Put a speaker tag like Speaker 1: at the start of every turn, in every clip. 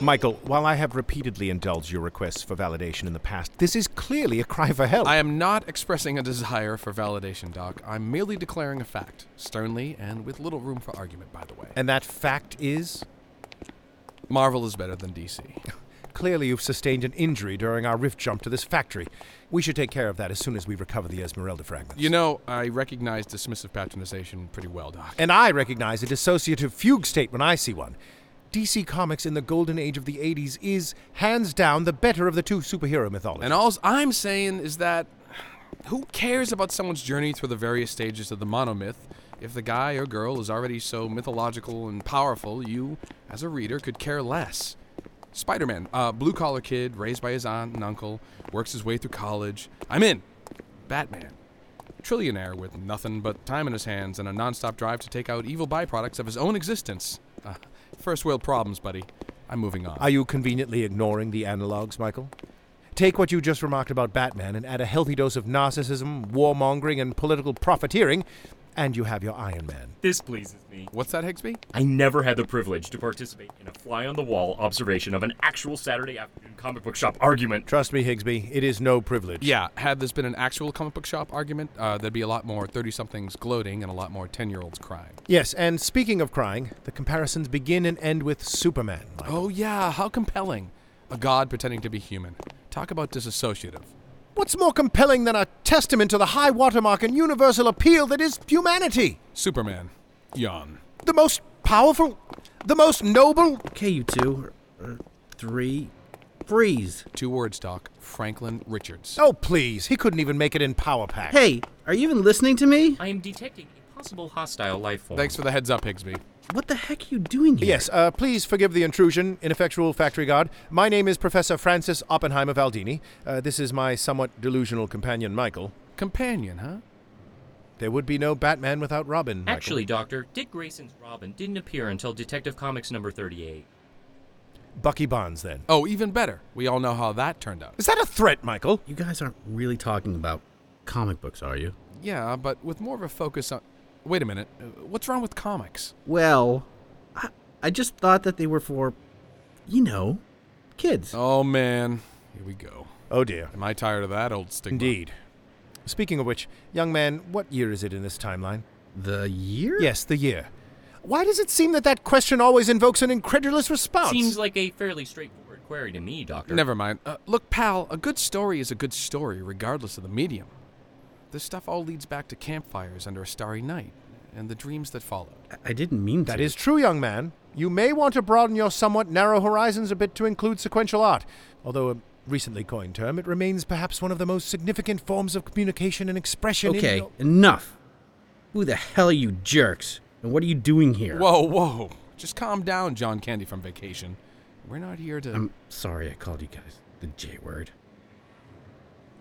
Speaker 1: Michael, while I have repeatedly indulged your requests for validation in the past, this is clearly a cry for help.
Speaker 2: I am not expressing a desire for validation, Doc. I'm merely declaring a fact, sternly and with little room for argument, by the way.
Speaker 1: and that fact is?
Speaker 2: Marvel is better than DC.
Speaker 1: Clearly, you've sustained an injury during our rift jump to this factory. We should take care of that as soon as we recover the Esmeralda fragments.
Speaker 2: You know, I recognize dismissive patronization pretty well, Doc.
Speaker 1: and I recognize a dissociative fugue state when I see one. DC Comics in the golden age of the 80s is, hands down, the better of the two superhero mythologies.
Speaker 2: And all I'm saying is that who cares about someone's journey through the various stages of the monomyth if the guy or girl is already so mythological and powerful you, as a reader, could care less? Spider Man, uh, blue collar kid, raised by his aunt and uncle, works his way through college. I'm in. Batman, trillionaire with nothing but time in his hands and a nonstop drive to take out evil byproducts of his own existence. Uh, first world problems, buddy. I'm moving on.
Speaker 1: Are you conveniently ignoring the analogs, Michael? Take what you just remarked about Batman and add a healthy dose of narcissism, warmongering, and political profiteering, and you have your Iron Man.
Speaker 3: This pleases me.
Speaker 2: What's that, Higsby?
Speaker 3: I never had the privilege to participate in a fly on the wall observation of an actual Saturday afternoon comic book shop argument.
Speaker 1: Trust me, Higsby, it is no privilege.
Speaker 2: Yeah, had this been an actual comic book shop argument, uh, there'd be a lot more 30 somethings gloating and a lot more 10 year olds crying.
Speaker 1: Yes, and speaking of crying, the comparisons begin and end with Superman. Michael.
Speaker 2: Oh, yeah, how compelling. A god pretending to be human. Talk about disassociative.
Speaker 1: What's more compelling than a testament to the high watermark and universal appeal that is humanity?
Speaker 2: Superman. Yawn.
Speaker 1: The most powerful, the most noble.
Speaker 4: Okay, you two. Or three. Freeze.
Speaker 2: Two words, Doc. Franklin Richards.
Speaker 1: Oh, please, he couldn't even make it in Power Pack.
Speaker 4: Hey, are you even listening to me?
Speaker 3: I am detecting a possible hostile life form.
Speaker 2: Thanks for the heads up, Higsby.
Speaker 4: What the heck are you doing here?
Speaker 1: Yes, uh, please forgive the intrusion, ineffectual factory guard. My name is Professor Francis Oppenheimer Valdini. Uh, this is my somewhat delusional companion, Michael.
Speaker 2: Companion, huh?
Speaker 1: There would be no Batman without Robin. Michael.
Speaker 3: Actually, Doctor, Dick Grayson's Robin didn't appear until Detective Comics number 38.
Speaker 1: Bucky Bonds, then.
Speaker 2: Oh, even better. We all know how that turned out.
Speaker 1: Is that a threat, Michael?
Speaker 4: You guys aren't really talking about comic books, are you?
Speaker 2: Yeah, but with more of a focus on. Wait a minute. uh, What's wrong with comics?
Speaker 4: Well, I, I just thought that they were for, you know, kids.
Speaker 2: Oh, man. Here we go.
Speaker 1: Oh dear.
Speaker 2: Am I tired of that old stigma?
Speaker 1: Indeed. Speaking of which, young man, what year is it in this timeline?
Speaker 4: The year?
Speaker 1: Yes, the year. Why does it seem that that question always invokes an incredulous response?
Speaker 3: Seems like a fairly straightforward query to me, Doctor.
Speaker 2: Never mind. Uh, look, pal, a good story is a good story, regardless of the medium. This stuff all leads back to campfires under a starry night and the dreams that followed.
Speaker 4: I- I didn't mean to.
Speaker 1: That is true, young man. You may want to broaden your somewhat narrow horizons a bit to include sequential art. Although a recently coined term, it remains perhaps one of the most significant forms of communication and expression. in-
Speaker 4: Okay, enough. Who the hell are you jerks? And what are you doing here?
Speaker 2: Whoa, whoa. Just calm down, John Candy from vacation. We're not here to.
Speaker 4: I'm sorry I called you guys the J word.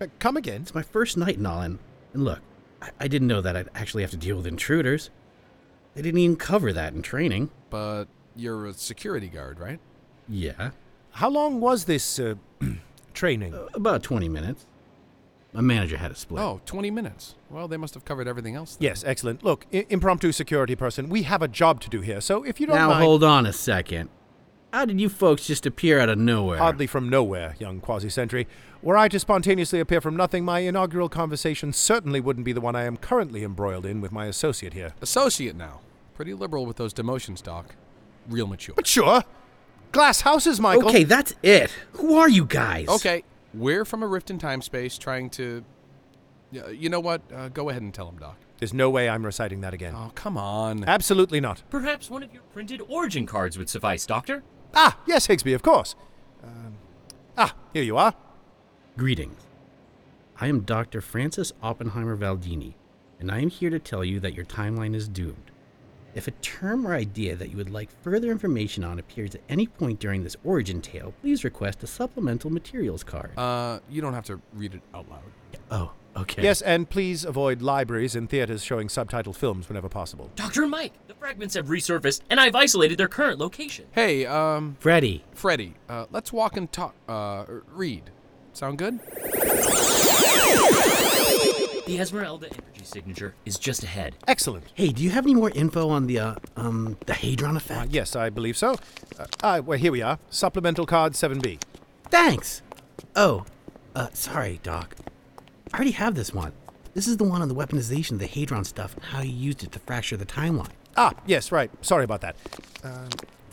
Speaker 1: Uh, Come again.
Speaker 4: It's my first night, Nolan. And look, I, I didn't know that I'd actually have to deal with intruders. They didn't even cover that in training.
Speaker 2: but you're a security guard, right?
Speaker 4: Yeah,
Speaker 1: How long was this uh, training?
Speaker 4: about 20 minutes. My manager had a split.
Speaker 2: Oh, 20 minutes. Well, they must have covered everything else. Then.
Speaker 1: yes, excellent. Look, I- impromptu security person, we have a job to do here, so if you don't
Speaker 4: now
Speaker 1: mind.
Speaker 4: hold on a second. How did you folks just appear out of nowhere?
Speaker 1: Oddly from nowhere, young quasi sentry. Were I to spontaneously appear from nothing, my inaugural conversation certainly wouldn't be the one I am currently embroiled in with my associate here.
Speaker 2: Associate now. Pretty liberal with those demotions, Doc. Real mature.
Speaker 1: But sure. Glass houses, Michael.
Speaker 4: Okay, that's it. Who are you guys?
Speaker 2: Okay, we're from a rift in time space trying to. Y- You know what? Uh, go ahead and tell him, Doc.
Speaker 1: There's no way I'm reciting that again.
Speaker 2: Oh, come on.
Speaker 1: Absolutely not.
Speaker 3: Perhaps one of your printed origin cards would suffice, Doctor.
Speaker 1: Ah, yes, Higsby, of course. Um, ah, here you are.
Speaker 4: Greetings. I am Dr. Francis Oppenheimer Valdini, and I am here to tell you that your timeline is doomed. If a term or idea that you would like further information on appears at any point during this origin tale, please request a supplemental materials card.
Speaker 2: Uh, you don't have to read it out loud.
Speaker 4: oh, okay.
Speaker 1: Yes, and please avoid libraries and theaters showing subtitled films whenever possible.
Speaker 3: Dr. Mike, the fragments have resurfaced, and I've isolated their current location.
Speaker 2: Hey, um,
Speaker 4: Freddy,
Speaker 2: Freddy, uh, let's walk and talk. Uh, r- read. Sound good?
Speaker 3: The Esmeralda Energy energy signature is just ahead.
Speaker 1: Excellent.
Speaker 5: Hey, do you have any more info on the uh, um the Hadron
Speaker 1: Uh,
Speaker 5: effect?
Speaker 1: yes, I believe so. Uh, ah, well, here we are. Supplemental card 7B.
Speaker 5: Thanks. Oh, uh, sorry, Doc. I already have this one. This is the one on the weaponization of the Hadron stuff and how you used it to fracture the timeline.
Speaker 1: Ah, yes, right. Sorry about that. Um,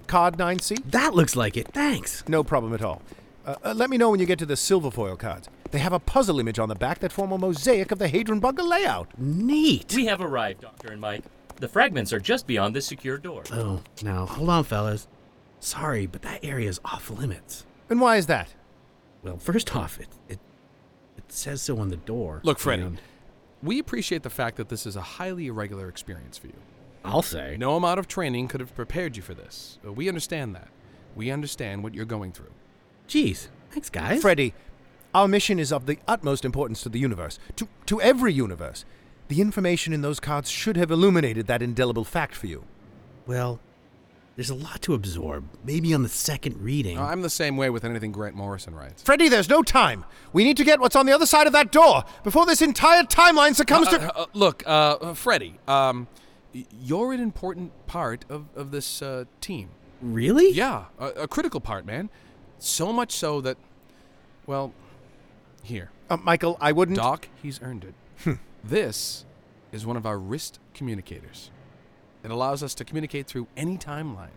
Speaker 1: card 9C?
Speaker 5: That looks like it. Thanks.
Speaker 1: No problem at all. Uh, uh, let me know when you get to the silver foil cards. They have a puzzle image on the back that form a mosaic of the Hadron Bunker layout.
Speaker 5: Neat.
Speaker 3: We have arrived, Doctor and Mike. The fragments are just beyond this secure door.
Speaker 5: oh, now hold on, fellas. Sorry, but that area is off limits.
Speaker 1: And why is that?
Speaker 5: Well, first off, it it, it says so on the door.
Speaker 2: Look, Freddy.
Speaker 5: and-
Speaker 2: We appreciate the fact that this is a highly irregular experience for you.
Speaker 5: I'll say.
Speaker 2: No amount of training could have prepared you for this. Uh, We understand that. We understand what you're going through.
Speaker 5: Jeez. Thanks, guys.
Speaker 1: Freddy, our mission is of the utmost importance to the universe, to, to every universe. The information in those cards should have illuminated that indelible fact for you.
Speaker 5: Well, there's a lot to absorb. Maybe on the second reading.
Speaker 2: Now, I'm the same way with anything Grant Morrison writes.
Speaker 1: Freddy, there's no time. We need to get what's on the other side of that door before this entire timeline succumbs
Speaker 2: Uh,
Speaker 1: to.
Speaker 2: uh, uh, look, uh, uh, Freddie, um, y- you're an important part of, of this uh, team.
Speaker 5: really?
Speaker 2: Yeah, a, a critical part, man. So much so that, well, here,
Speaker 1: Uh, Michael, I wouldn't.
Speaker 2: Doc, he's earned it. this is one of our wrist communicators. It allows us to communicate through any timeline.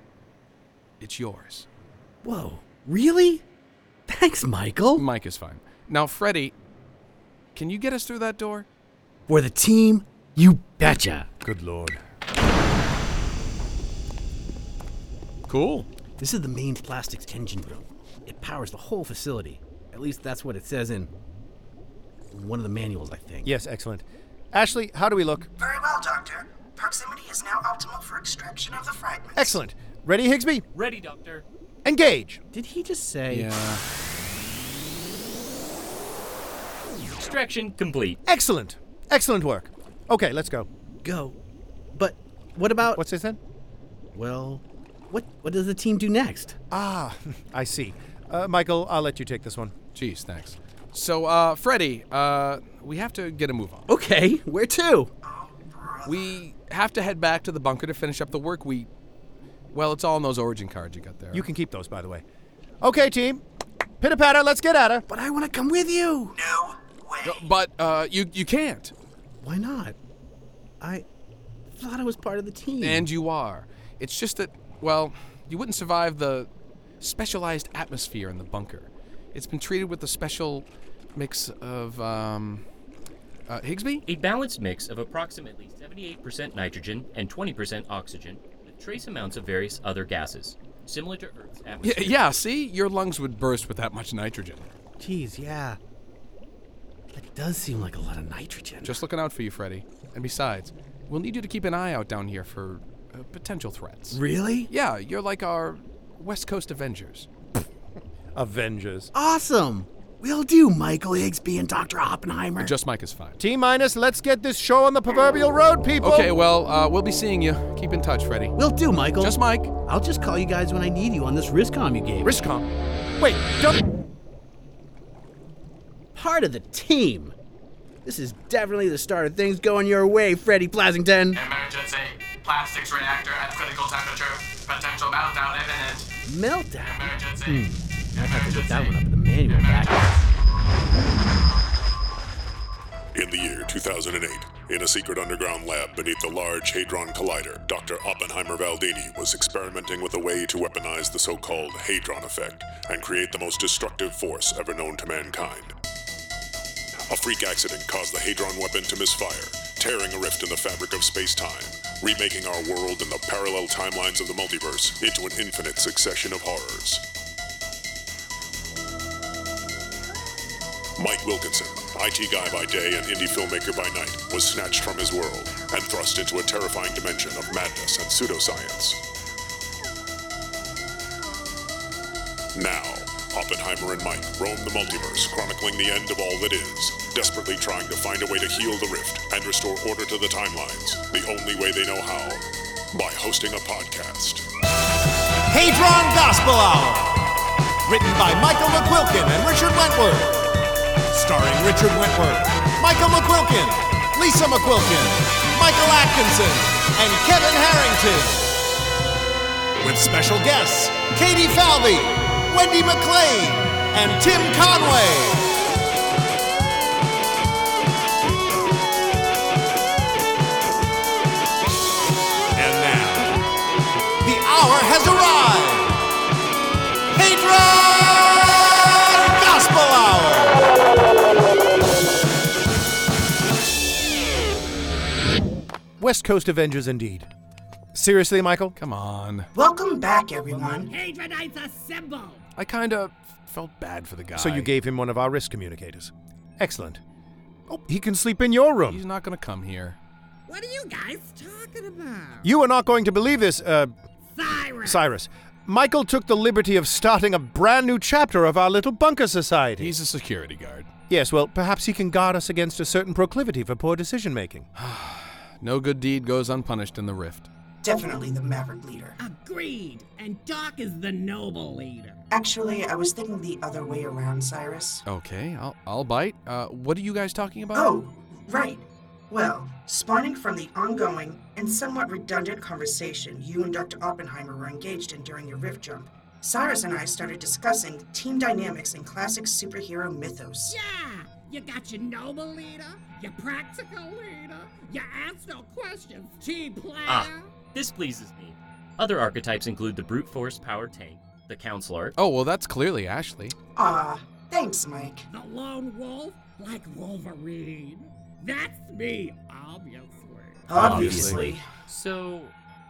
Speaker 2: It's yours.
Speaker 5: Whoa. Really? Thanks, Michael.
Speaker 2: Mike is fine. Now, Freddie, can you get us through that door?
Speaker 5: For the team, you betcha.
Speaker 1: Good lord.
Speaker 2: Cool.
Speaker 5: This is the main plastics engine room. It powers the whole facility. At least that's what it says in one of the manuals, I think.
Speaker 1: Yes, excellent. Ashley, how do we look?
Speaker 6: Very well, Doctor. Proximity is now optimal for extraction of the fragments.
Speaker 1: Excellent. Ready, Higsby?
Speaker 3: Ready, Doctor.
Speaker 1: Engage.
Speaker 5: Did he just say?
Speaker 2: Yeah.
Speaker 3: Extraction complete.
Speaker 1: Excellent. Excellent work. Okay, let's go.
Speaker 5: Go. But what about?
Speaker 1: What's this then?
Speaker 5: Well, what what does the team do next?
Speaker 1: Ah, I see. Uh, Michael, I'll let you take this one.
Speaker 2: Jeez, thanks. So, uh, Freddie, uh, we have to get a move on.
Speaker 5: Okay, where to?
Speaker 2: We have to head back to the bunker to finish up the work we. Well, it's all in those origin cards you got there.
Speaker 1: You can keep those, by the way. Okay, team. Pitter patter, let's get at her.
Speaker 5: But I want to come with you.
Speaker 6: No way.
Speaker 2: But uh, you you can't,
Speaker 5: Why not? I thought I was part of the team.
Speaker 2: and you are. It's just that, well, you wouldn't survive the specialized atmosphere in the bunker. It's been treated with a special mix of um, uh, Higsby.
Speaker 3: A balanced mix of approximately 78% nitrogen and 20% oxygen, with trace amounts of various other gases, similar to Earth's
Speaker 2: Y-
Speaker 3: atmosphere.
Speaker 2: yeah. See, your lungs would burst with that much nitrogen.
Speaker 5: Jeez, yeah. That does seem like a lot of nitrogen.
Speaker 2: Just looking out for you, Freddy. And besides, we'll need you to keep an eye out down here for uh, potential threats.
Speaker 5: really?
Speaker 2: Yeah, you're like our West Coast Avengers.
Speaker 1: Avengers.
Speaker 5: Awesome. Will do, Michael Higsby and Dr. Oppenheimer.
Speaker 2: Just Mike is fine.
Speaker 1: T minus, let's get this show on the proverbial road, people.
Speaker 2: Okay, well, uh, we'll be seeing you. Keep in touch, Freddy.
Speaker 5: Will do, Michael.
Speaker 2: Just Mike.
Speaker 5: I'll just call you guys when I need you on this RISCOM you gave. me.
Speaker 1: Riscom. Wait, don't.
Speaker 5: part of the team. This is definitely the start of things going your way, Freddy Plasington.
Speaker 7: Emergency. Plastics reactor at critical temperature. Potential meltdown imminent.
Speaker 5: Meltdown. Hmm.
Speaker 7: Emergency.
Speaker 5: I'd have to look that one up in the manual back.
Speaker 8: In the year 2008, in a secret underground lab beneath the Large Hadron Collider, Dr. Oppenheimer Valdini was experimenting with a way to weaponize the so called Hadron effect and create the most destructive force ever known to mankind. A freak accident caused the Hadron weapon to misfire, tearing a rift in the fabric of space time, remaking our world and the parallel timelines of the multiverse into an infinite succession of horrors. Mike Wilkinson, IT guy by day and indie filmmaker by night, was snatched from his world and thrust into a terrifying dimension of madness and pseudoscience. Now, Oppenheimer and Mike roam the multiverse, chronicling the end of all that is, desperately trying to find a way to heal the rift and restore order to the timelines, the only way they know how by hosting a podcast.
Speaker 9: Hadron Gospel Hour. Written by Michael McQuilkin and Richard Wentworth. Starring Richard Wentworth, Michael McQuilkin,
Speaker 10: Lisa McQuilkin, Michael Atkinson, and Kevin Harrington. With special guests Katie Falvey, Wendy McLean, and Tim Conway. And now, the hour has arrived. Hadron Gospel Hour.
Speaker 1: West Coast Avengers, indeed. Seriously, Michael?
Speaker 2: Come on.
Speaker 6: Welcome back, everyone.
Speaker 2: I kinda felt bad for the guy.
Speaker 1: So you gave him one of our wrist communicators. Excellent. Oh, he can sleep in your
Speaker 2: He's
Speaker 1: room.
Speaker 2: not gonna come here.
Speaker 11: What are you guys talking about?
Speaker 1: You are not going to believe this, uh,
Speaker 11: Cyrus!
Speaker 1: Cyrus. Michael took the liberty of starting a brand new chapter of our little bunker society.
Speaker 2: He's a security guard.
Speaker 1: Yes, well, perhaps he can guard us against a certain proclivity for poor decision making.
Speaker 2: No good deed goes unpunished in the rift.
Speaker 6: Definitely the Maverick leader.
Speaker 11: Agreed! And Doc is the noble leader.
Speaker 6: Actually, I was thinking the other way around, Cyrus.
Speaker 2: Okay, I'll, I'll bite. Uh, what are you guys talking about?
Speaker 6: Oh, right. Well, spawning from the ongoing and somewhat redundant conversation you and Dr. Oppenheimer were engaged in during your rift jump, Cyrus and I started discussing team dynamics and classic superhero mythos.
Speaker 11: Yeah! You got your noble leader, your practical leader, your ask no questions team player.
Speaker 3: Ah, this pleases me. Other archetypes include the brute force power tank, the counselor,
Speaker 2: Oh, well, that's clearly Ashley.
Speaker 6: Ah, thanks, Mike.
Speaker 11: The lone wolf, like Wolverine. That's me, Oh, obviously.
Speaker 6: Obviously.
Speaker 3: Obviously. so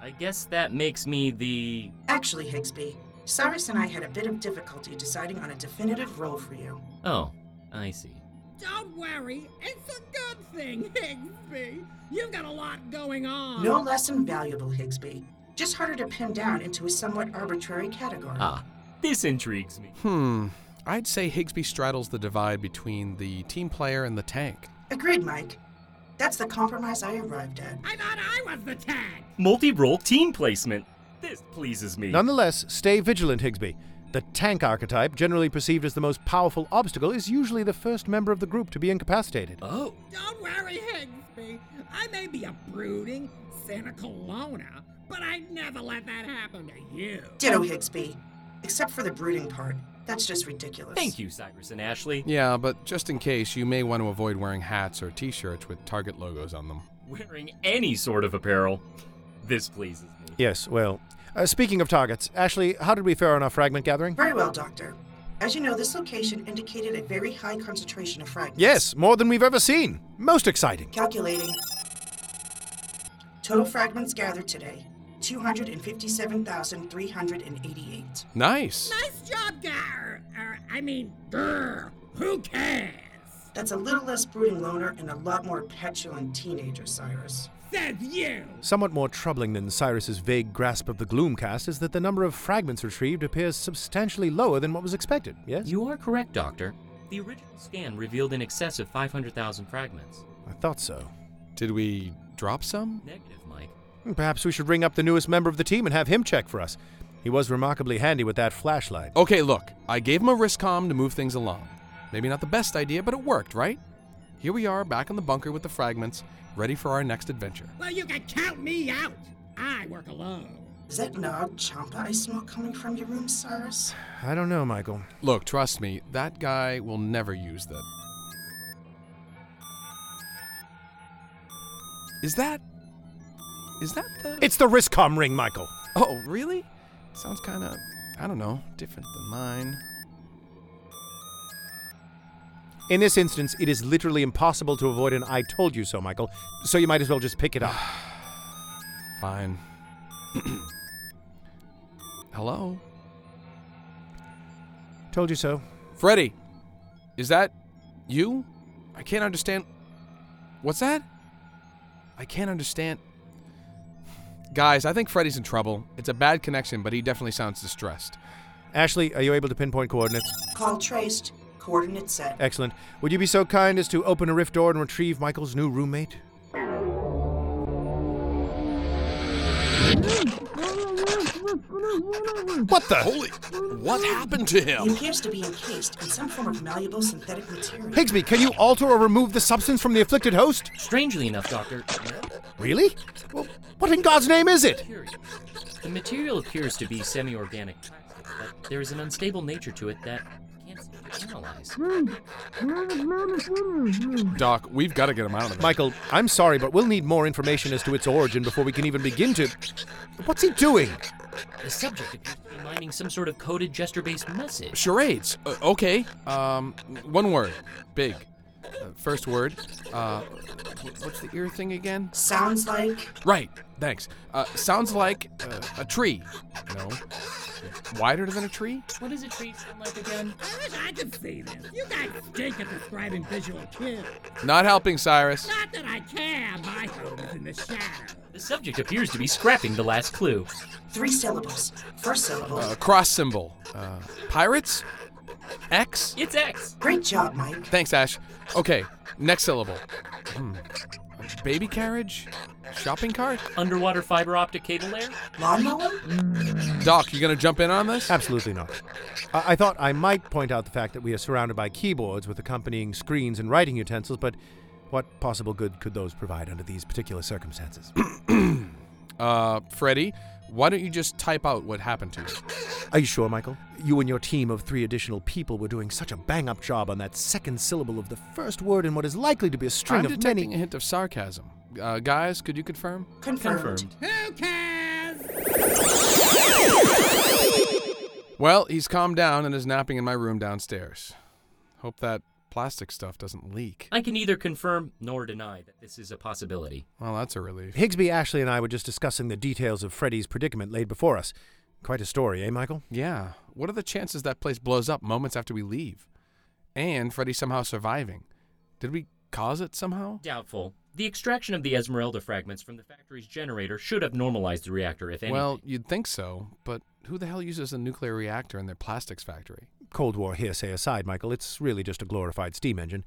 Speaker 3: I guess that makes me the.
Speaker 6: Actually, Higsby, Cyrus and I had a bit of difficulty deciding on a definitive role for you.
Speaker 3: Oh, I see.
Speaker 11: Don't worry, it's a good thing, Higsby. You've got a lot going on.
Speaker 6: No less invaluable, Higsby. Just harder to pin down into a somewhat arbitrary category.
Speaker 3: Ah, this intrigues me.
Speaker 2: Hmm. I'd say Higsby straddles the divide between the team player and the tank.
Speaker 6: Agreed, Mike. That's the compromise I arrived at.
Speaker 11: I thought I was the tag.
Speaker 3: Multi role team placement. This pleases me.
Speaker 1: Nonetheless, stay vigilant, Higsby. The tank archetype, generally perceived as the most powerful obstacle, is usually the first member of the group to be incapacitated.
Speaker 3: oh,
Speaker 11: Don't worry, Higsby. I may be a brooding, cynical loner, but I'd never let that happen to you.
Speaker 6: Ditto, Higsby. Except for the brooding part. That's just ridiculous.
Speaker 3: thank you, Cyrus and Ashley.
Speaker 2: Yeah, but just in case, you may want to avoid wearing hats or t shirts with Target logos on them.
Speaker 3: Wearing any sort of apparel. This pleases me.
Speaker 1: Yes, well. Uh, speaking of targets, Ashley, how did we fare on our fragment gathering?
Speaker 6: Very well, Doctor. As you know, this location indicated a very high concentration of fragments.
Speaker 1: Yes, more than we've ever seen. Most exciting.
Speaker 6: Calculating. Total fragments gathered today 257,388.
Speaker 2: Nice!
Speaker 11: Nice job, Gar. Or, I mean, grr. Who cares?
Speaker 6: That's a little less brooding loner and a lot more petulant teenager, Cyrus.
Speaker 11: Says you.
Speaker 1: Somewhat more troubling than Cyrus's vague grasp of the Gloomcast is that the number of fragments retrieved appears substantially lower than what was expected, yes?
Speaker 3: You are correct, Doctor. The original scan revealed in excess of 500,000 fragments.
Speaker 1: I thought so.
Speaker 2: Did we drop some?
Speaker 3: Negative, Mike.
Speaker 1: Hmm, Perhaps we should ring up the newest member of the team and have him check for us. He was remarkably handy with that flashlight.
Speaker 2: Okay, look, I gave him a wrist comm to move things along. Maybe not the best idea, but it worked, right? Here we are, back in the bunker with the fragments, ready for our next adventure.
Speaker 11: Well, you can count me out. I work alone.
Speaker 6: Is that Nog Champa I smell coming from your room, Cyrus?
Speaker 1: I don't know, Michael.
Speaker 2: Look, trust me, that guy will never use that. Is that. Is that the.
Speaker 1: It's the Riscom ring, Michael.
Speaker 2: Oh, really? Sounds kind of, I don't know, different than mine.
Speaker 1: In this instance, it is literally impossible to avoid an I told you so, Michael, so you might as well just pick it up.
Speaker 2: Fine. Hello?
Speaker 1: told you so.
Speaker 2: Freddy, is that you? I can't understand. What's that? I can't understand. Guys, I think Freddy's in trouble. It's a bad connection, but he definitely sounds distressed.
Speaker 1: Ashley, are you able to pinpoint coordinates?
Speaker 6: Call traced, coordinate set.
Speaker 1: Excellent. Would you be so kind as to open a rift door and retrieve Michael's new roommate? What the?
Speaker 2: Holy! What happened to
Speaker 6: He
Speaker 2: him?
Speaker 6: appears to be encased in some form of malleable synthetic material.
Speaker 1: Higsby, can you alter or remove the substance from the afflicted host?
Speaker 3: Strangely enough, Doctor,
Speaker 1: Really? Well, what in God's name is it?
Speaker 3: curious. The material appears to be semi organic, but there is an unstable nature to it that can't seem to analyze.
Speaker 2: Doc, we've got to get him out of there.
Speaker 1: Michael, I'm sorry, but we'll need more information as to its origin before we can even begin to. What's he doing?
Speaker 3: The subject appears to be mining some sort of coded gesture based message.
Speaker 2: Charades. Uh, okay. Um, one word. Big. Uh, first word. Uh, wh- what's the ear thing again?
Speaker 6: Sounds like
Speaker 2: Right. Thanks. Uh, sounds like uh, a tree. No. Wider than a tree?
Speaker 3: What does a tree sound like again?
Speaker 11: I wish I could see this. You guys stink at describing visual cues.
Speaker 2: Not helping, Cyrus.
Speaker 11: Not that I care. My home is in the shadows.
Speaker 3: The subject appears to be scrapping the last clue.
Speaker 6: three syllables. First syllable.
Speaker 2: Uh, cross symbol. Uh, pirates? X?
Speaker 3: It's X!
Speaker 6: Great job, Mike.
Speaker 2: Thanks, Ash. Okay. Next syllable. Hmm. Baby carriage? Shopping cart?
Speaker 3: Underwater fiber optic cable layer?
Speaker 6: Lawnmower?
Speaker 2: Doc, you gonna jump in on this?
Speaker 1: Absolutely not. I-, I thought I might point out the fact that we are surrounded by keyboards with accompanying screens and writing utensils, but what possible good could those provide under these particular circumstances?
Speaker 2: Uh, Freddy, why don't you just type out what happened to you?
Speaker 1: are you sure, Michael? You and your team of three additional people were doing such a bang up job on that second syllable of the first word in what is likely to be a string
Speaker 2: I'm
Speaker 1: of
Speaker 2: detecting
Speaker 1: many.
Speaker 2: a hint of sarcasm. Uh, guys, could you confirm?
Speaker 6: Confirmed.
Speaker 3: Confirmed.
Speaker 11: Who cares?
Speaker 2: Well, he's calmed down and is napping in my room downstairs. Hope that plastic stuff doesn't leak.
Speaker 3: I can neither confirm nor deny that this is a possibility.
Speaker 2: Well, that's a relief.
Speaker 1: Higsby, Ashley, and I were just discussing the details of Freddy's predicament laid before us. Quite a story, eh, Michael?
Speaker 2: Yeah. What are the chances that place blows up moments after we leave? And Freddy somehow surviving. Did we cause it somehow?
Speaker 3: Doubtful. The extraction of the Esmeralda fragments from the factory's generator should have normalized the reactor, if anything.
Speaker 2: Well, you'd think so, but who the hell uses a nuclear reactor in their plastics factory?
Speaker 1: Cold War hearsay aside, Michael, it's really just a glorified steam engine.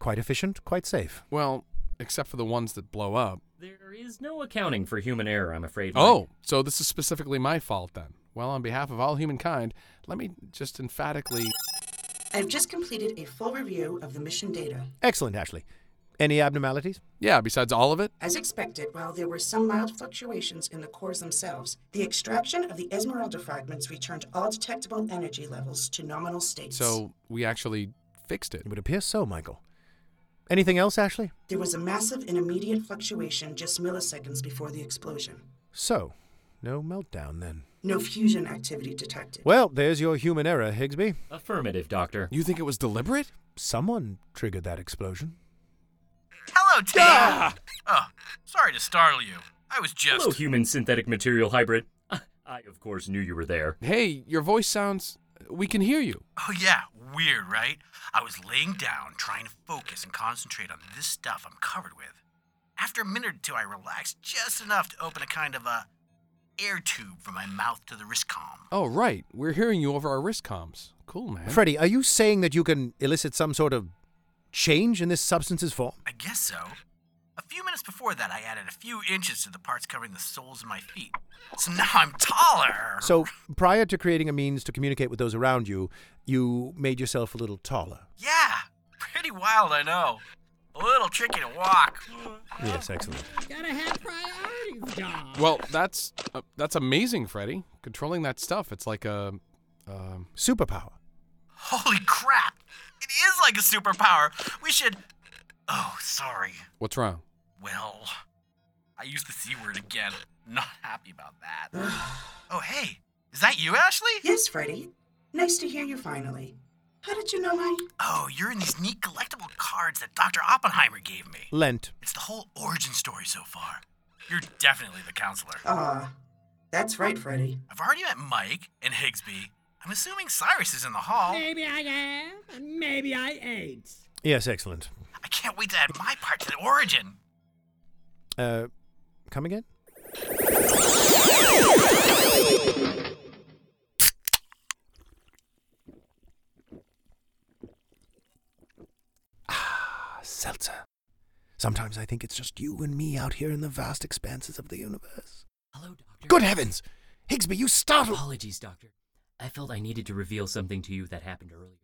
Speaker 1: Quite efficient, quite safe.
Speaker 2: Well, except for the ones that blow up.
Speaker 3: there is no accounting for human error, I'm afraid. Mike.
Speaker 2: Uh, Oh, so this is specifically my fault then. Well, on behalf of all humankind, let me just emphatically.
Speaker 6: I've just completed a full review of the mission data.
Speaker 1: Excellent, Ashley. Any abnormalities?
Speaker 2: Yeah, besides all of it,
Speaker 6: As expected, while there were some mild fluctuations in the cores themselves, the extraction of the Esmeralda fragments returned all detectable energy levels to nominal states.
Speaker 2: so we actually fixed it.
Speaker 1: It would appear so, Michael. Anything else, Ashley?
Speaker 6: There was a massive and immediate fluctuation just milliseconds before the explosion.
Speaker 1: So, no meltdown then.
Speaker 6: No fusion activity detected.
Speaker 1: Well, there's your human error, Higsby.
Speaker 3: Affirmative, Doctor.
Speaker 2: You think it was deliberate?
Speaker 1: Someone triggered that explosion.
Speaker 5: Hello, Tim. Oh, sorry to startle you. I was just.
Speaker 3: Hello, human synthetic material hybrid. I, of course, knew you were there.
Speaker 2: Hey, your voice sounds. We can hear you.
Speaker 5: Oh, yeah. Weird, right? I was laying down, trying to focus and concentrate on this stuff I'm covered with. After a minute or two, I relaxed just enough to open a kind of a air tube from my mouth to the wrist column.
Speaker 2: Oh, right. We're hearing you over our wrist comms. Cool, man.
Speaker 1: Freddy, are you saying that you can elicit some sort of change in this substance's form?
Speaker 5: I guess so. A few minutes before that, I added a few inches to the parts covering the soles of my feet. So now I'm taller.
Speaker 1: So, prior to creating a means to communicate with those around you, you made yourself a little taller.
Speaker 5: Yeah, pretty wild, I know. A little tricky to walk.
Speaker 1: Yes, excellent.
Speaker 11: Gotta have priorities, dog.
Speaker 2: Well, that's uh, that's amazing, Freddy. Controlling that stuff, it's like a. Um,
Speaker 1: Superpower.
Speaker 5: Holy crap! It is like a superpower. We should. Oh, sorry.
Speaker 2: what's wrong?
Speaker 5: Well, I used the C word again. Not happy about that. oh, hey, is that you, Ashley?
Speaker 6: yes, Freddy. Nice to hear you finally. How did you know I?
Speaker 5: Oh, you're in these neat collectible cards that Dr. Oppenheimer gave me.
Speaker 1: Lent.
Speaker 5: It's the whole origin story so far. You're definitely the counselor.
Speaker 6: Ah, that's right, Freddy.
Speaker 5: I've already met Mike and Higsby. I'm assuming Cyrus is in the hall.
Speaker 11: Maybe I am, and maybe I ain't.
Speaker 1: Yes, excellent.
Speaker 5: I can't wait to add my part to the origin.
Speaker 1: Uh, come again? Ah, Seltzer. Sometimes I think it's just you and me out here in the vast expanses of the universe.
Speaker 3: Hello, Doctor.
Speaker 1: Good heavens! Higsby, you startled.
Speaker 3: Apologies, Doctor. I felt I needed to reveal something to you that happened earlier.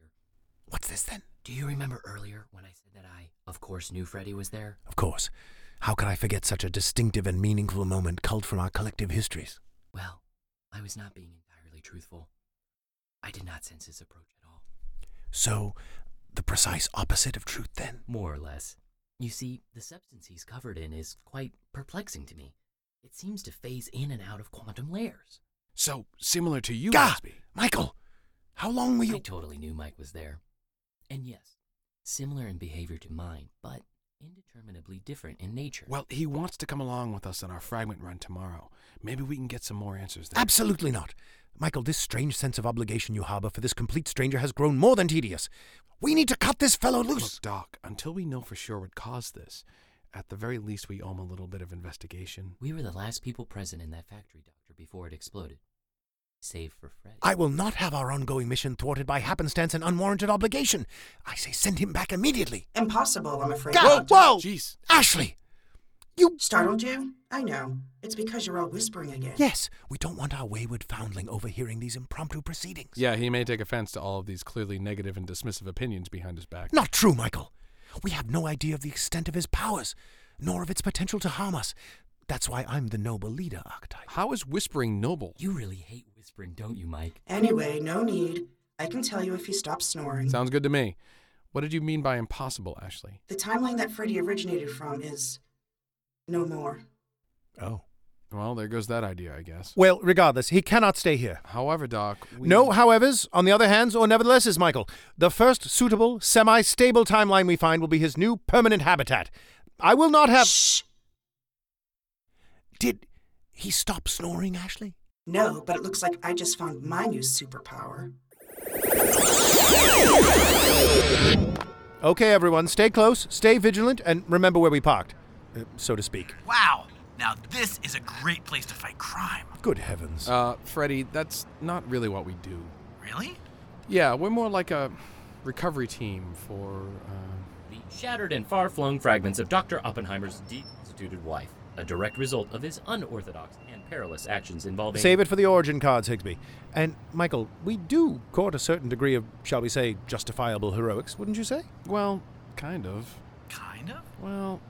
Speaker 1: What's this then?
Speaker 3: Do you remember earlier when I said that I, of course, knew Freddy was there?
Speaker 1: Of course. How could I forget such a distinctive and meaningful moment culled from our collective histories?
Speaker 3: Well, I was not being entirely truthful. I did not sense his approach at all.
Speaker 1: So, the precise opposite of truth then?
Speaker 3: More or less. You see, the substance he's covered in is quite perplexing to me. It seems to phase in and out of quantum layers.
Speaker 2: So similar to you,
Speaker 1: Gah!
Speaker 2: Gatsby.
Speaker 1: Michael! How long were you.
Speaker 3: I totally knew Mike was there. And yes, similar in behavior to mine, but indeterminably different in nature.
Speaker 2: Well, he wants to come along with us on our fragment run tomorrow. Maybe we can get some more answers then.
Speaker 1: Absolutely not. Michael, this strange sense of obligation you harbor for this complete stranger has grown more than tedious. We need to cut this fellow loose.
Speaker 2: Look, Doc, until we know for sure what caused this, at the very least we owe him a little bit of investigation.
Speaker 3: we were the last people present in that factory, Doctor, before it exploded. Save for Freddy.
Speaker 1: I will not have our ongoing mission thwarted by happenstance and unwarranted obligation. I say send him back immediately.
Speaker 6: Impossible, I'm afraid.
Speaker 1: God,
Speaker 6: Doctor.
Speaker 1: whoa!
Speaker 2: Jeez.
Speaker 1: Ashley! You.
Speaker 6: Startled you? I know. It's because you're all whispering again.
Speaker 1: Yes, we don't want our wayward foundling overhearing these impromptu proceedings.
Speaker 2: Yeah, he may take offense to all of these clearly negative and dismissive opinions behind his back.
Speaker 1: Not true, Michael. We have no idea of the extent of his powers, nor of its potential to harm us. That's why I'm the noble leader archetype.
Speaker 2: How is whispering noble?
Speaker 3: You really hate whispering, don't you, Mike?
Speaker 6: Anyway, no need. I can tell you if he stops snoring.
Speaker 2: Sounds good to me. What did you mean by impossible, Ashley?
Speaker 6: The timeline that Freddy originated from is no more.
Speaker 1: Oh.
Speaker 2: Well, there goes that idea, I guess.
Speaker 1: Well, regardless, he cannot stay here.
Speaker 2: However, Doc, we...
Speaker 1: No howevers, on the other hands, or neverthelesses, Michael. The first suitable, semi stable timeline we find will be his new permanent habitat. I will not have.
Speaker 6: Shh.
Speaker 1: Did he stop snoring, Ashley?
Speaker 6: No, but it looks like I just found my new superpower.
Speaker 1: Okay, everyone, stay close, stay vigilant, and remember where we parked, uh, so to speak.
Speaker 5: Wow! Now this is a great place to fight crime.
Speaker 1: Good heavens.
Speaker 2: Uh, Freddy, that's not really what we do.
Speaker 5: Really?
Speaker 2: Yeah, we're more like a recovery team for. Uh,
Speaker 3: The shattered and far flung fragments of Dr. Oppenheimer's deconstituted wife, a direct result of his unorthodox and perilous actions involving.
Speaker 1: Save it for the origin cards, Higsby. And, Michael, we do court a certain degree of, shall we say, justifiable heroics, wouldn't you say?
Speaker 2: well, kind of.
Speaker 5: Kind of?
Speaker 2: Well,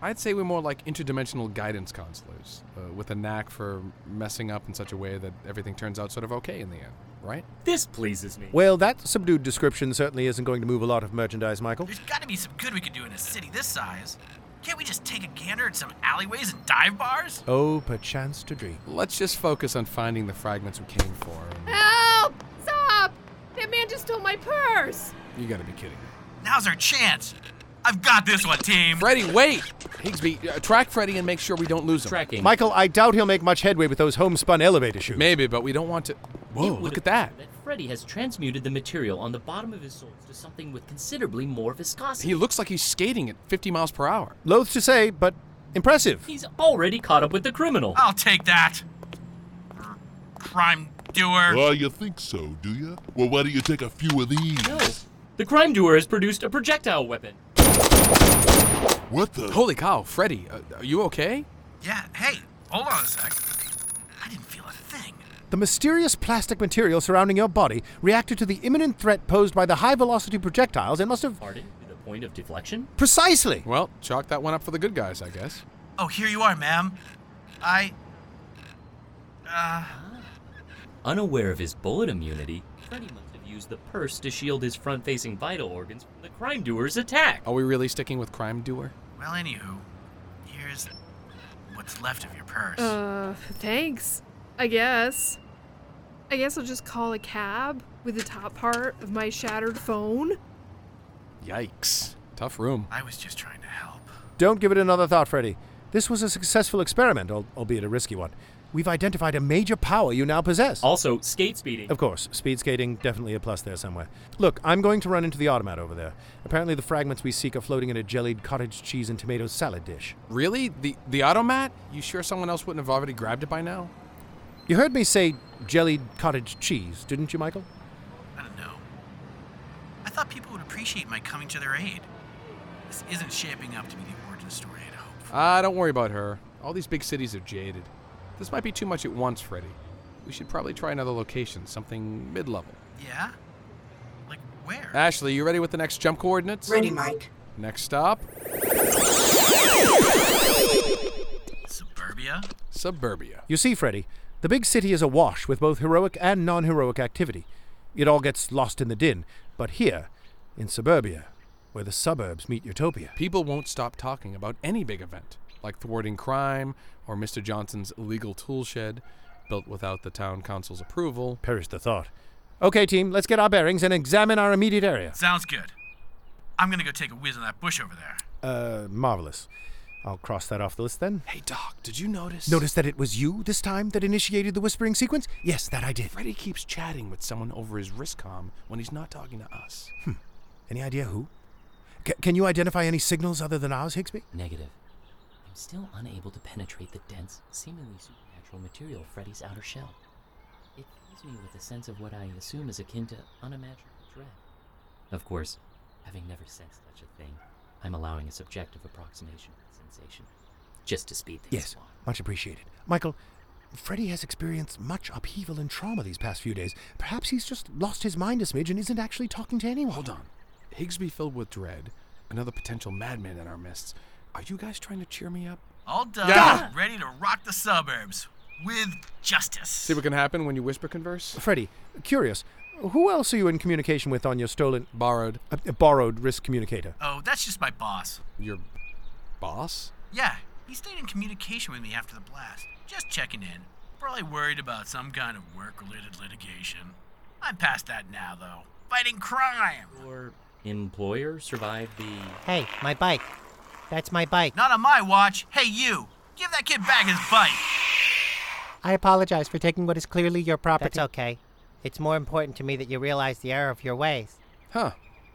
Speaker 2: I'd say we're more like interdimensional guidance counselors, uh, with a knack for messing up in such a way that everything turns out sort of okay in the end, right?
Speaker 3: This pleases me.
Speaker 1: Well, that subdued description certainly isn't going to move a lot of merchandise, Michael.
Speaker 5: There's gotta be some good we could do in a city this size. Can't we just take a gander at some alleyways and dive bars?
Speaker 1: Oh, perchance to dream.
Speaker 2: Let's just focus on finding the fragments we came for. and-
Speaker 12: Help! Stop! That man just stole my purse!
Speaker 2: You gotta be kidding me.
Speaker 5: Now's our chance. I've got this one, team.
Speaker 2: Freddy, wait! Higsby, uh, track Freddy and make sure we don't lose him.
Speaker 3: Tracking.
Speaker 1: Michael, I doubt he'll make much headway with those homespun elevator shoes.
Speaker 2: Maybe, but we don't want to. Whoa,
Speaker 3: It would
Speaker 2: look at
Speaker 3: appear
Speaker 2: that.
Speaker 3: That Freddy has transmuted the material on the bottom of his soles to something with considerably more viscosity.
Speaker 2: He looks like he's skating at 50 miles per hour.
Speaker 1: Loath to say, but impressive.
Speaker 3: He's already caught up with the criminal.
Speaker 5: I'll take that. Crime doer.
Speaker 8: Well, you think so, do you? Well, why don't you take a few of these?
Speaker 3: No. The crime doer has produced a projectile weapon.
Speaker 8: What the?
Speaker 2: Holy cow, Freddy, uh, are you okay?
Speaker 5: Yeah, hey, hold on a sec. I didn't feel a thing.
Speaker 1: The mysterious plastic material surrounding your body reacted to the imminent threat posed by the high velocity projectiles and must have.
Speaker 3: Pardon? To the point of deflection?
Speaker 1: Precisely!
Speaker 2: Well, chalk that one up for the good guys, I guess.
Speaker 5: Oh, here you are, ma'am. I. Uh,
Speaker 3: Unaware of his bullet immunity, Freddy must have used the purse to shield his front facing vital organs from the crime doer's attack.
Speaker 2: Are we really sticking with crime doer?
Speaker 5: well, anywho, here's what's left of your purse.
Speaker 12: Uh, thanks. I guess. I guess I'll just call a cab with the top part of my shattered phone.
Speaker 2: Yikes. Tough room.
Speaker 5: I was just trying to help.
Speaker 1: Don't give it another thought, Freddy. This was a successful experiment, al- albeit a risky one. We've identified a major power you now possess.
Speaker 3: Also, skate speeding.
Speaker 1: Of course, speed skating, definitely a plus there somewhere. Look, I'm going to run into the automat over there. Apparently, the fragments we seek are floating in a jellied cottage cheese and tomato salad dish.
Speaker 2: Really? The the automat? You sure someone else wouldn't have already grabbed it by now?
Speaker 1: You heard me say jellied cottage cheese, didn't you, Michael?
Speaker 5: I don't know. I thought people would appreciate my coming to their aid. This isn't shaping up to be the origin story I'd hoped for.
Speaker 2: Ah, don't worry about her. All these big cities are jaded. This might be too much at once, Freddy. We should probably try another location, something mid level.
Speaker 5: Yeah? Like where?
Speaker 2: Ashley, you ready with the next jump coordinates?
Speaker 6: Ready, Mike.
Speaker 2: Next stop,
Speaker 5: Suburbia?
Speaker 2: suburbia.
Speaker 1: You see, Freddy, the big city is awash with both heroic and non heroic activity. It all gets lost in the din, but here, in suburbia, where the suburbs meet utopia.
Speaker 2: People won't stop talking about any big event, like thwarting crime or Mr. Johnson's illegal tool shed, built without the town council's approval.
Speaker 1: Perish the thought. Okay, team, let's get our bearings and examine our immediate area.
Speaker 5: Sounds good. I'm gonna go take a whiz on that bush over there.
Speaker 1: Uh, marvelous. I'll cross that off the list then.
Speaker 2: Hey, Doc, did you notice?
Speaker 1: Notice that it was you this time that initiated the whispering sequence? Yes, that I did.
Speaker 2: Freddy keeps chatting with someone over his wristcom when he's not talking to us.
Speaker 1: Hmm. Any idea who? C- can you identify any signals other than ours, Higsby?
Speaker 3: Negative. I'm still unable to penetrate the dense, seemingly supernatural material of Freddy's outer shell. It fills me with a sense of what I assume is akin to unimaginable dread. Of course, having never sensed such a thing, I'm allowing a subjective approximation of the sensation, just to speed things
Speaker 1: Yes, much appreciated. Michael, Freddy has experienced much upheaval and trauma these past few days. Perhaps he's just lost his mind a smidge and isn't actually talking to anyone.
Speaker 2: Hold on. Higsby filled with dread, another potential madman in our midst. Are you guys trying to cheer me up?
Speaker 5: All done.
Speaker 2: Yeah.
Speaker 5: Ready to rock the suburbs with justice.
Speaker 2: See what can happen when you whisper converse?
Speaker 1: Freddy, curious, who else are you in communication with on your stolen,
Speaker 2: Borrowed.
Speaker 1: uh, uh, borrowed risk communicator?
Speaker 5: Oh, that's just my boss.
Speaker 2: Your boss?
Speaker 5: Yeah, he stayed in communication with me after the blast. Just checking in. Probably worried about some kind of work related litigation. I'm past that now, though. Fighting crime!
Speaker 3: along. Your employer survived the.
Speaker 13: Hey, my bike. That's my bike.
Speaker 5: Not on my watch. Hey, you! Give that kid back his bike!
Speaker 13: I apologize for taking what is clearly your property. That's okay. It's more important to me that you realize the error of your ways.
Speaker 2: Huh.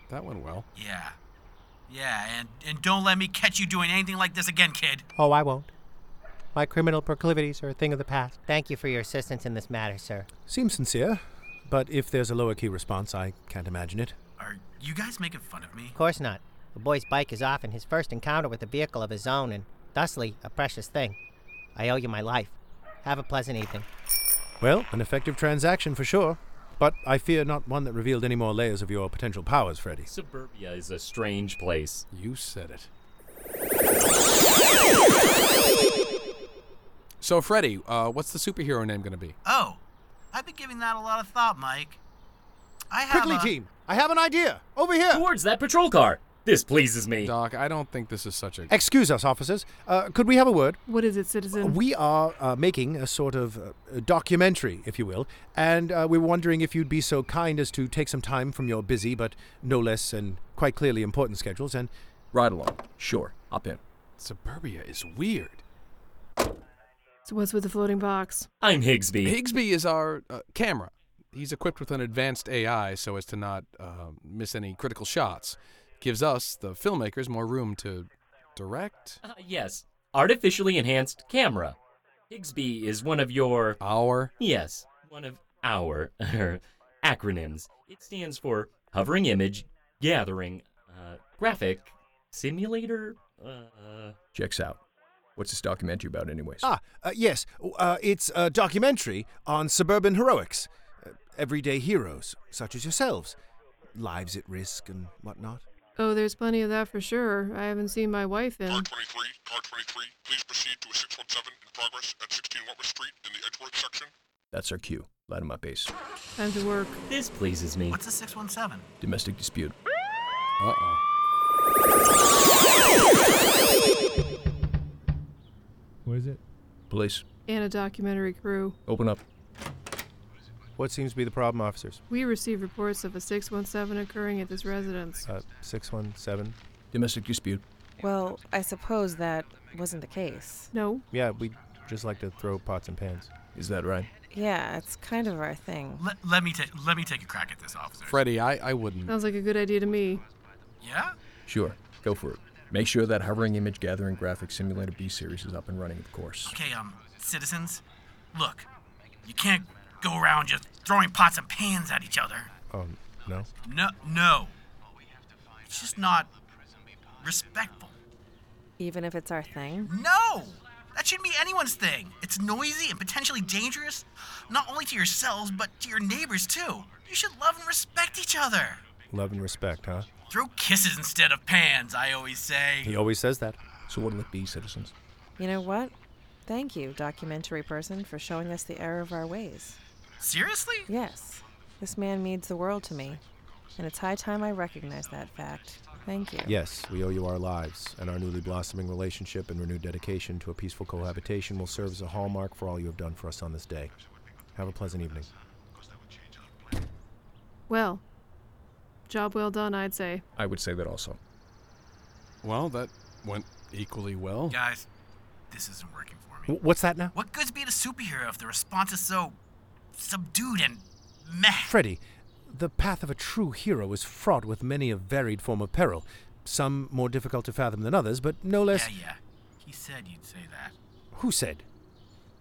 Speaker 2: That went well.
Speaker 5: Yeah. Yeah, and, and don't let me catch you doing anything like this again, kid.
Speaker 13: Oh, I won't. My criminal proclivities are a thing of the past. Thank you for your assistance in this matter, sir.
Speaker 1: Seems sincere, but if there's a lower key response, I can't imagine it.
Speaker 5: Are you guys making fun of me?
Speaker 13: Of course not. The boy's bike is off in his first encounter with a vehicle of his own, and thusly, a precious thing. I owe you my life. Have a pleasant evening.
Speaker 1: Well, an effective transaction for sure, but I fear not one that revealed any more layers of your potential powers, Freddy.
Speaker 3: Suburbia is a strange place.
Speaker 2: You said it. So, Freddy, uh, what's the superhero name going to be?
Speaker 5: Oh, I've been giving that a lot of thought, Mike. I have
Speaker 1: Quickly,
Speaker 5: a-
Speaker 1: team! I have an idea! Over here!
Speaker 3: Towards that patrol car! This pleases me.
Speaker 2: Doc, I don't think this is such a.
Speaker 1: Excuse us, officers. Uh, could we have a word?
Speaker 12: What is it, citizen?
Speaker 1: We are uh, making a sort of uh, a documentary, if you will, and uh, we were wondering if you'd be so kind as to take some time from your busy but no less and quite clearly important schedules and.
Speaker 14: Ride along. Sure, hop in.
Speaker 2: Suburbia is weird.
Speaker 12: so what's with the floating box?
Speaker 3: I'm Higsby.
Speaker 2: Higsby is our uh, camera. He's equipped with an advanced AI so as to not uh, miss any critical shots. Gives us, the filmmakers, more room to direct
Speaker 3: Uh, yes, artificially enhanced camera. Higsby is one of your.
Speaker 2: our.
Speaker 3: Yes, one of our er, acronyms. It stands for Hovering Image Gathering uh, Graphic Simulator. Uh,
Speaker 14: Checks out. What's this documentary about, anyways?
Speaker 1: Ah, uh, yes, uh, it's a documentary on suburban heroics, uh, everyday heroes such as yourselves, lives at risk and whatnot.
Speaker 12: Oh, there's plenty of that for sure. I haven't seen my wife in.
Speaker 8: Car 23, car 23, please proceed to a 617 in progress at 16 Wentworth Street in the Edgeworth section.
Speaker 14: That's our cue. Light on my base.
Speaker 12: Time to work.
Speaker 3: this pleases me.
Speaker 5: What's a 617?
Speaker 14: Domestic dispute.
Speaker 2: Uh oh.
Speaker 15: What is it?
Speaker 14: Police,
Speaker 12: And a documentary crew.
Speaker 14: open up.
Speaker 1: What seems to be the problem, officers?
Speaker 12: We received reports of a 617 occurring at this residence.
Speaker 1: Uh, 617.
Speaker 14: Domestic dispute.
Speaker 16: Well, I suppose that wasn't the case.
Speaker 12: No,
Speaker 1: Yeah, we just like to throw pots and pans.
Speaker 14: Is that right?
Speaker 16: Yeah, it's kind of our thing.
Speaker 5: Let, let me take let me take a crack at this, officer.
Speaker 2: Freddy, I, I wouldn't.
Speaker 16: Oh.
Speaker 12: sounds like a good idea to me.
Speaker 5: Yeah?
Speaker 14: Sure, go for it. Make sure that hovering image gathering graphic simulator B series is up and running, of course.
Speaker 5: Okay, um, citizens, look, you can't go around just throwing pots and pans at each other.
Speaker 1: Oh, no?
Speaker 5: No, no. It's just not respectful.
Speaker 16: Even if it's our thing?
Speaker 5: No! That shouldn't be anyone's thing. It's noisy and potentially dangerous, not only to yourselves, but to your neighbors too. You should love and respect each other.
Speaker 1: Love and respect, huh?
Speaker 5: Throw kisses instead of pans, I always say.
Speaker 1: He always says that.
Speaker 14: So what'll it be, citizens?
Speaker 16: You know what? Thank you, documentary person, for showing us the error of our ways.
Speaker 5: Seriously?
Speaker 16: Yes. This man means the world to me, and it's high time I recognize that fact. Thank you.
Speaker 1: Yes, we owe you our lives, and our newly blossoming relationship and renewed dedication to a peaceful cohabitation will serve as a hallmark for all you have done for us on this day. Have a pleasant evening.
Speaker 12: Well, job well done, I'd say.
Speaker 14: I would say that also.
Speaker 2: Well, that went equally well.
Speaker 5: Guys, this isn't working for me.
Speaker 1: What's that now?
Speaker 5: What good's being a superhero if the response is so subdued and meh?
Speaker 1: Freddy, the path of a true hero is fraught with many a varied form of peril, some more difficult to fathom than others, but no less.
Speaker 5: Yeah, yeah. He said you'd say that.
Speaker 1: Who said?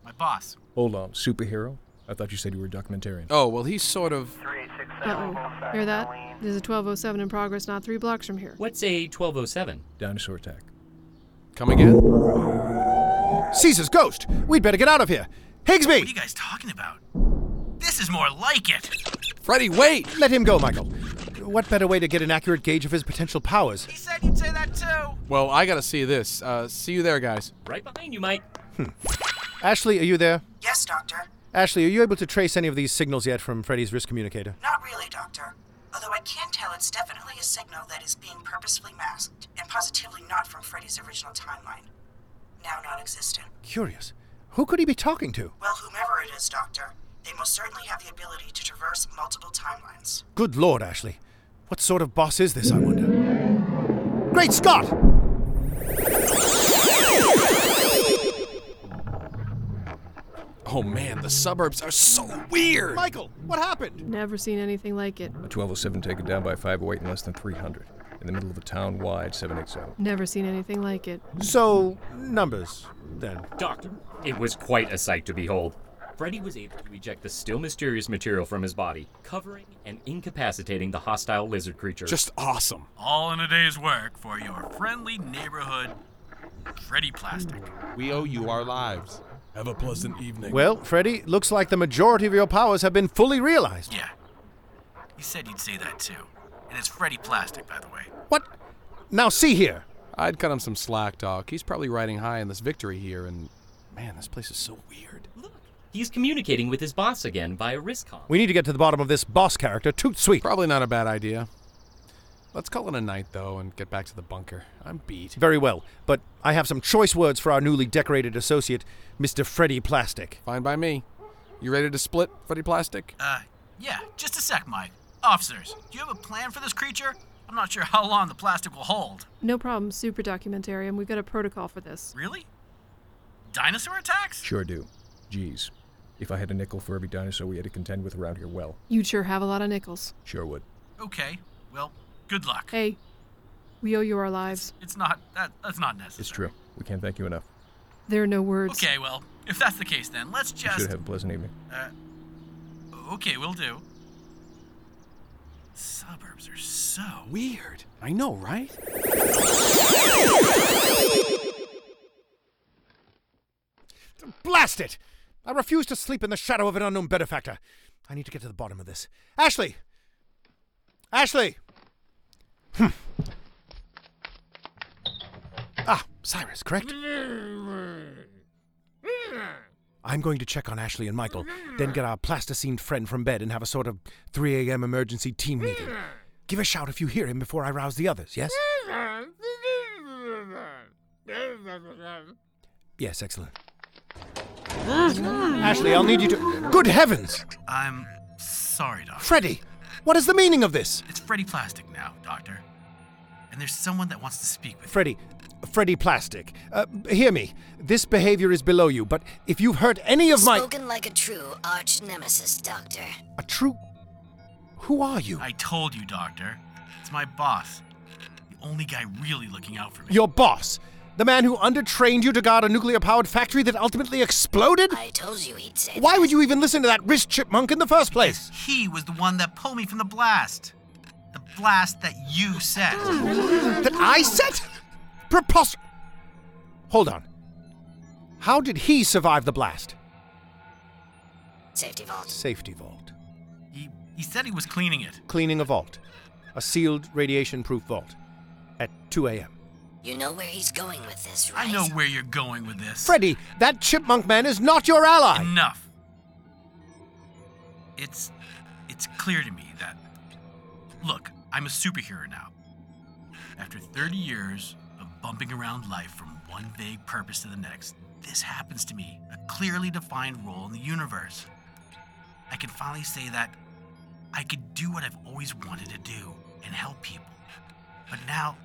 Speaker 5: My boss.
Speaker 14: Hold on, superhero? I thought you said you were a documentarian.
Speaker 2: Oh, well, he's sort of.
Speaker 12: Uh-oh. Hear that? There's a 1207 in progress not three blocks from here.
Speaker 14: What's a 1207? Dinosaur attack.
Speaker 2: Come again?
Speaker 1: Caesar's ghost! We'd better get out of here! Higsby!
Speaker 5: What are you guys talking about? This is more like it!
Speaker 2: Freddy, wait!
Speaker 1: Let him go, Michael. What better way to get an accurate gauge of his potential powers?
Speaker 5: He said you'd say that too!
Speaker 2: Well, I gotta see this. Uh, see you there, guys.
Speaker 5: Right behind you, Mike.
Speaker 1: Hmm. Ashley, are you there?
Speaker 6: Yes, Doctor.
Speaker 1: Ashley, are you able to trace any of these signals yet from Freddy's wrist communicator?
Speaker 6: Not really, Doctor. Although I can tell it's definitely a signal that is being purposefully masked, and positively not from Freddy's original timeline. Now non existent.
Speaker 1: Curious. Who could he be talking to?
Speaker 6: Well, whomever it is, Doctor, they most certainly have the ability to traverse multiple timelines.
Speaker 1: Good Lord, Ashley. What sort of boss is this, I wonder? Great Scott!
Speaker 2: Oh man, the suburbs are so weird!
Speaker 1: Michael, what happened?
Speaker 12: Never seen anything like it.
Speaker 14: A 1207 taken down by a 508 in less than 300, in the middle of a town wide 780.
Speaker 12: Never seen anything like it.
Speaker 1: So, numbers, then.
Speaker 15: Doctor, it was quite a sight to behold. Freddy was able to eject the still mysterious material from his body, covering and incapacitating the hostile lizard creature.
Speaker 2: Just awesome.
Speaker 5: All in a day's work for your friendly neighborhood Freddy Plastic.
Speaker 2: We owe you our lives. Have a pleasant evening.
Speaker 1: Well, Freddy, looks like the majority of your powers have been fully realized.
Speaker 5: Yeah. You said you'd say that too. And it's Freddy Plastic, by the way.
Speaker 1: What? Now see here.
Speaker 2: I'd cut him some slack, Doc. He's probably riding high in this victory here, and man, this place is so weird.
Speaker 15: Look, he's communicating with his boss again via wristcom.
Speaker 1: We need to get to the bottom of this boss character toot sweet.
Speaker 2: Probably not a bad idea. Let's call it a night, though, and get back to the bunker. I'm beat.
Speaker 1: Very well, but I have some choice words for our newly decorated associate, Mr. Freddy Plastic.
Speaker 2: Fine by me. You ready to split, Freddy Plastic?
Speaker 5: Uh, yeah, just a sec, Mike. Officers, do you have a plan for this creature? I'm not sure how long the plastic will hold.
Speaker 12: No problem, super documentarium. We've got a protocol for this.
Speaker 5: Really? Dinosaur attacks?
Speaker 14: Sure do. Geez. If I had a nickel for every dinosaur we had to contend with around here, well.
Speaker 12: You'd sure have a lot of nickels.
Speaker 14: Sure would.
Speaker 5: Okay, well, Good luck.
Speaker 12: Hey, we owe you our lives.
Speaker 5: It's, it's not that, that's not necessary.
Speaker 14: It's true. We can't thank you enough.
Speaker 12: There are no words.
Speaker 5: Okay, well, if that's the case, then let's just.
Speaker 14: You should have a pleasant evening.
Speaker 5: Uh, okay, we'll do. Suburbs are so
Speaker 2: weird. I know, right?
Speaker 1: Blast it! I refuse to sleep in the shadow of an unknown benefactor. I need to get to the bottom of this. Ashley! Ashley! Hm. Ah, Cyrus, correct? I'm going to check on Ashley and Michael, then get our plasticine friend from bed and have a sort of 3 a.m. emergency team meeting. Give a shout if you hear him before I rouse the others, yes? Yes, excellent. Ashley, I'll need you to. Good heavens!
Speaker 5: I'm sorry, Doctor.
Speaker 1: Freddy! What is the meaning of this?
Speaker 5: It's Freddy Plastic now, Doctor. And there's someone that wants to speak with
Speaker 1: Freddy. You. Freddy Plastic. Uh, hear me. This behavior is below you, but if you've hurt any of
Speaker 17: Spoken
Speaker 1: my.
Speaker 17: Spoken like a true arch nemesis, Doctor.
Speaker 1: A true. Who are you?
Speaker 5: I told you, Doctor. It's my boss. The only guy really looking out for me.
Speaker 1: Your boss? The man who undertrained you to guard a nuclear powered factory that ultimately exploded?
Speaker 17: I told you he'd say.
Speaker 1: Why
Speaker 17: that.
Speaker 1: would you even listen to that wrist chipmunk in the first place?
Speaker 5: He was the one that pulled me from the blast. The blast that you set.
Speaker 1: that I set? Preposterous. Hold on. How did he survive the blast?
Speaker 17: Safety vault.
Speaker 1: Safety vault.
Speaker 5: He said he was cleaning it.
Speaker 1: Cleaning a vault. A sealed, radiation proof vault. At 2 a.m.
Speaker 17: You know where he's going with this, right?
Speaker 5: I know where you're going with this.
Speaker 1: Freddy, that chipmunk man is not your ally!
Speaker 5: Enough. It's it's clear to me that look, I'm a superhero now. After 30 years of bumping around life from one vague purpose to the next, this happens to me, a clearly defined role in the universe. I can finally say that I could do what I've always wanted to do and help people. But now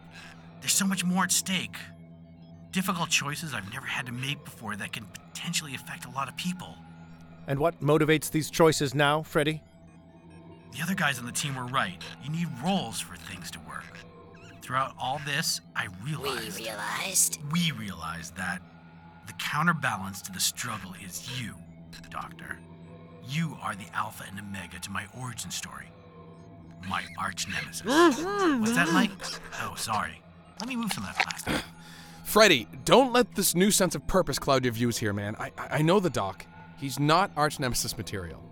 Speaker 5: there's so much more at stake. Difficult choices I've never had to make before that can potentially affect a lot of people.
Speaker 1: And what motivates these choices now, Freddy?
Speaker 5: The other guys on the team were right. You need roles for things to work. Throughout all this, I realized.
Speaker 17: We realized?
Speaker 5: We realized that the counterbalance to the struggle is you, Doctor. You are the alpha and omega to my origin story. My arch nemesis. What's that like? Oh, sorry. Let me move some of that plastic.
Speaker 2: Freddy, don't let this new sense of purpose cloud your views here, man. I, I I know the doc. He's not arch nemesis material.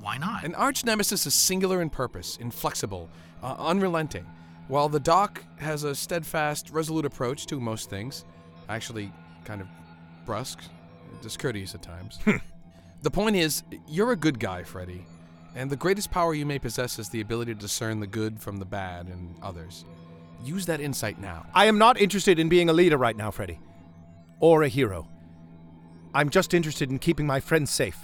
Speaker 5: Why not?
Speaker 2: An arch nemesis is singular in purpose, inflexible, uh, unrelenting. While the doc has a steadfast, resolute approach to most things, actually kind of brusque, discourteous at times.
Speaker 5: Hmm.
Speaker 2: the point is, you're a good guy, Freddy, and the greatest power you may possess is the ability to discern the good from the bad in others. Use that insight now.
Speaker 1: I am not interested in being a leader right now, Freddy. Or a hero. I'm just interested in keeping my friends safe.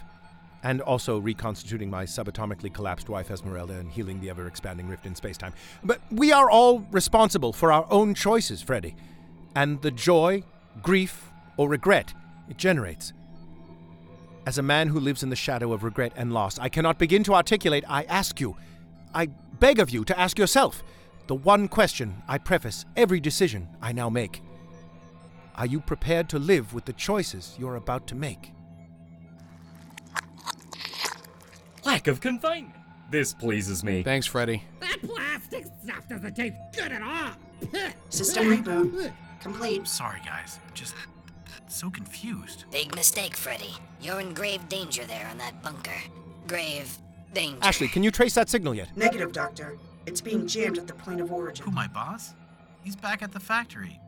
Speaker 1: And also reconstituting my subatomically collapsed wife Esmeralda and healing the ever expanding rift in space time. But we are all responsible for our own choices, Freddy. And the joy, grief, or regret it generates. As a man who lives in the shadow of regret and loss, I cannot begin to articulate. I ask you, I beg of you to ask yourself the one question I preface every decision I now make Are you prepared to live with the choices you're about to make?
Speaker 15: Lack of confinement. This pleases me.
Speaker 2: Thanks, Freddy.
Speaker 11: That plastic stuff doesn't taste good at all.
Speaker 6: System reboot.
Speaker 17: Complete.
Speaker 5: Sorry, guys. I'm just so confused.
Speaker 17: Big mistake, Freddy. You're in grave danger there on that bunker. Grave danger.
Speaker 1: Ashley, can you trace that signal yet?
Speaker 6: Negative, Doctor. It's being jammed at the point of origin.
Speaker 5: Who, my boss? He's back at the factory,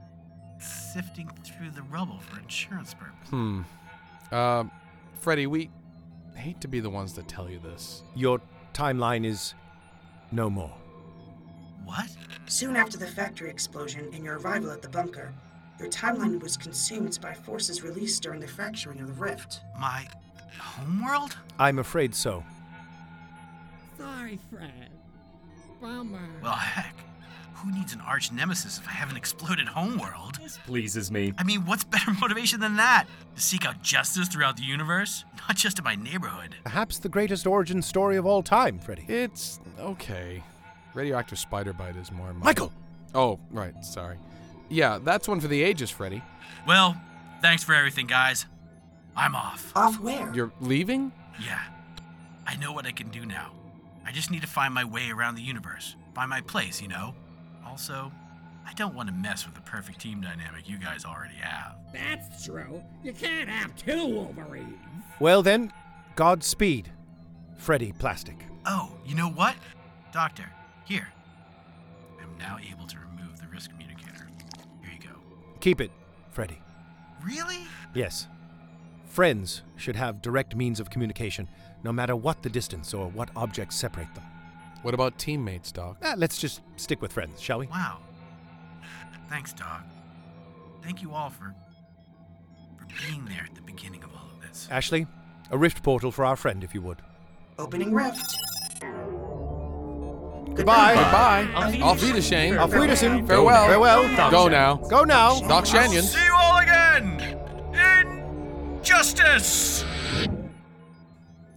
Speaker 5: sifting through the rubble for insurance purposes.
Speaker 2: Hmm. Uh, Freddy, we hate to be the ones that tell you this.
Speaker 1: Your timeline is no more.
Speaker 5: What?
Speaker 6: Soon after the factory explosion and your arrival at the bunker, your timeline was consumed by forces released during the fracturing of the rift.
Speaker 5: My homeworld?
Speaker 1: I'm afraid so.
Speaker 11: Sorry, Fred. Bummer.
Speaker 5: Well, heck. Who needs an arch nemesis if I have an exploded homeworld?
Speaker 15: Pleases me.
Speaker 5: I mean, what's better motivation than that? To seek out justice throughout the universe? Not just in my neighborhood.
Speaker 1: Perhaps the greatest origin story of all time, Freddy.
Speaker 2: It's okay. Radioactive spider bite is more. My-
Speaker 1: Michael!
Speaker 2: Oh, right. Sorry. Yeah, that's one for the ages, Freddy.
Speaker 5: Well, thanks for everything, guys. I'm off.
Speaker 6: Off where?
Speaker 2: You're leaving?
Speaker 5: Yeah. I know what I can do now. I just need to find my way around the universe. Find my place, you know? Also, I don't want to mess with the perfect team dynamic you guys already have.
Speaker 11: That's true. You can't have two Wolverines.
Speaker 1: Well then, Godspeed, Freddy Plastic.
Speaker 5: Oh, you know what? Doctor, here. I'm now able to remove the risk communicator. Here you go.
Speaker 1: Keep it, Freddy.
Speaker 5: Really?
Speaker 1: Yes. Friends should have direct means of communication, no matter what the distance or what objects separate them.
Speaker 2: What about teammates, Doc?
Speaker 1: Ah, let's just stick with friends, shall we?
Speaker 5: Wow. Thanks, Doc. Thank you all for for being there at the beginning of all of this.
Speaker 1: Ashley, a rift portal for our friend, if you would.
Speaker 6: Opening rift.
Speaker 1: Goodbye.
Speaker 2: Goodbye. Auf
Speaker 1: Auf
Speaker 2: Wiedersehen.
Speaker 1: Auf Wiedersehen.
Speaker 2: Farewell.
Speaker 1: Farewell.
Speaker 2: Go now.
Speaker 1: Go now.
Speaker 2: Doc Shanyon.
Speaker 18: See you all again in justice.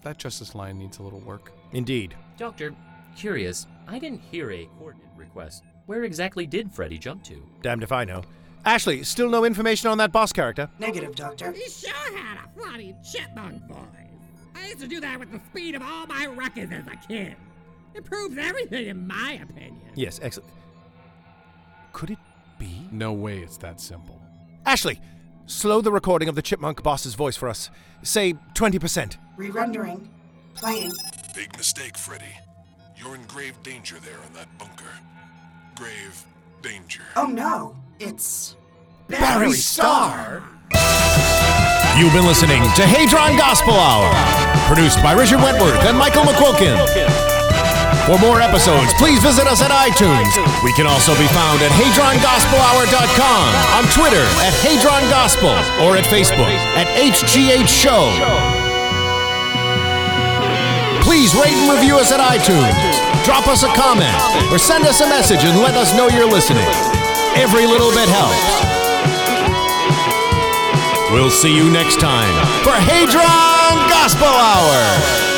Speaker 2: That justice line needs a little work.
Speaker 1: Indeed.
Speaker 15: Doctor, curious. I didn't hear a coordinate request. Where exactly did Freddy jump to?
Speaker 1: Damned if I know. Ashley, still no information on that boss character.
Speaker 6: Negative, Doctor.
Speaker 11: He sure had a funny chipmunk voice. I used to do that with the speed of all my records as a kid. Improves everything, in my opinion.
Speaker 1: Yes, excellent. Could it be?
Speaker 2: No way it's that simple.
Speaker 1: Ashley,
Speaker 19: Slow the recording of the chipmunk boss's voice for us. Say 20%.
Speaker 6: Re-rendering. Playing.
Speaker 11: Big mistake, Freddy. You're in grave danger there in that bunker. Grave danger.
Speaker 6: Oh no, it's
Speaker 11: Barry Starr!
Speaker 1: You've been listening to Hadron Gospel Hour, produced by Richard Wentworth and Michael McQuilkin. For more episodes, please visit us at iTunes. We can also be found at HadronGospelHour.com, on Twitter at Hadron Gospel, or at Facebook at HGH Show. Please rate and review us at iTunes. Drop us a comment, or send us a message and let us know you're listening. Every little bit helps. We'll see you next time for Hadron Gospel Hour.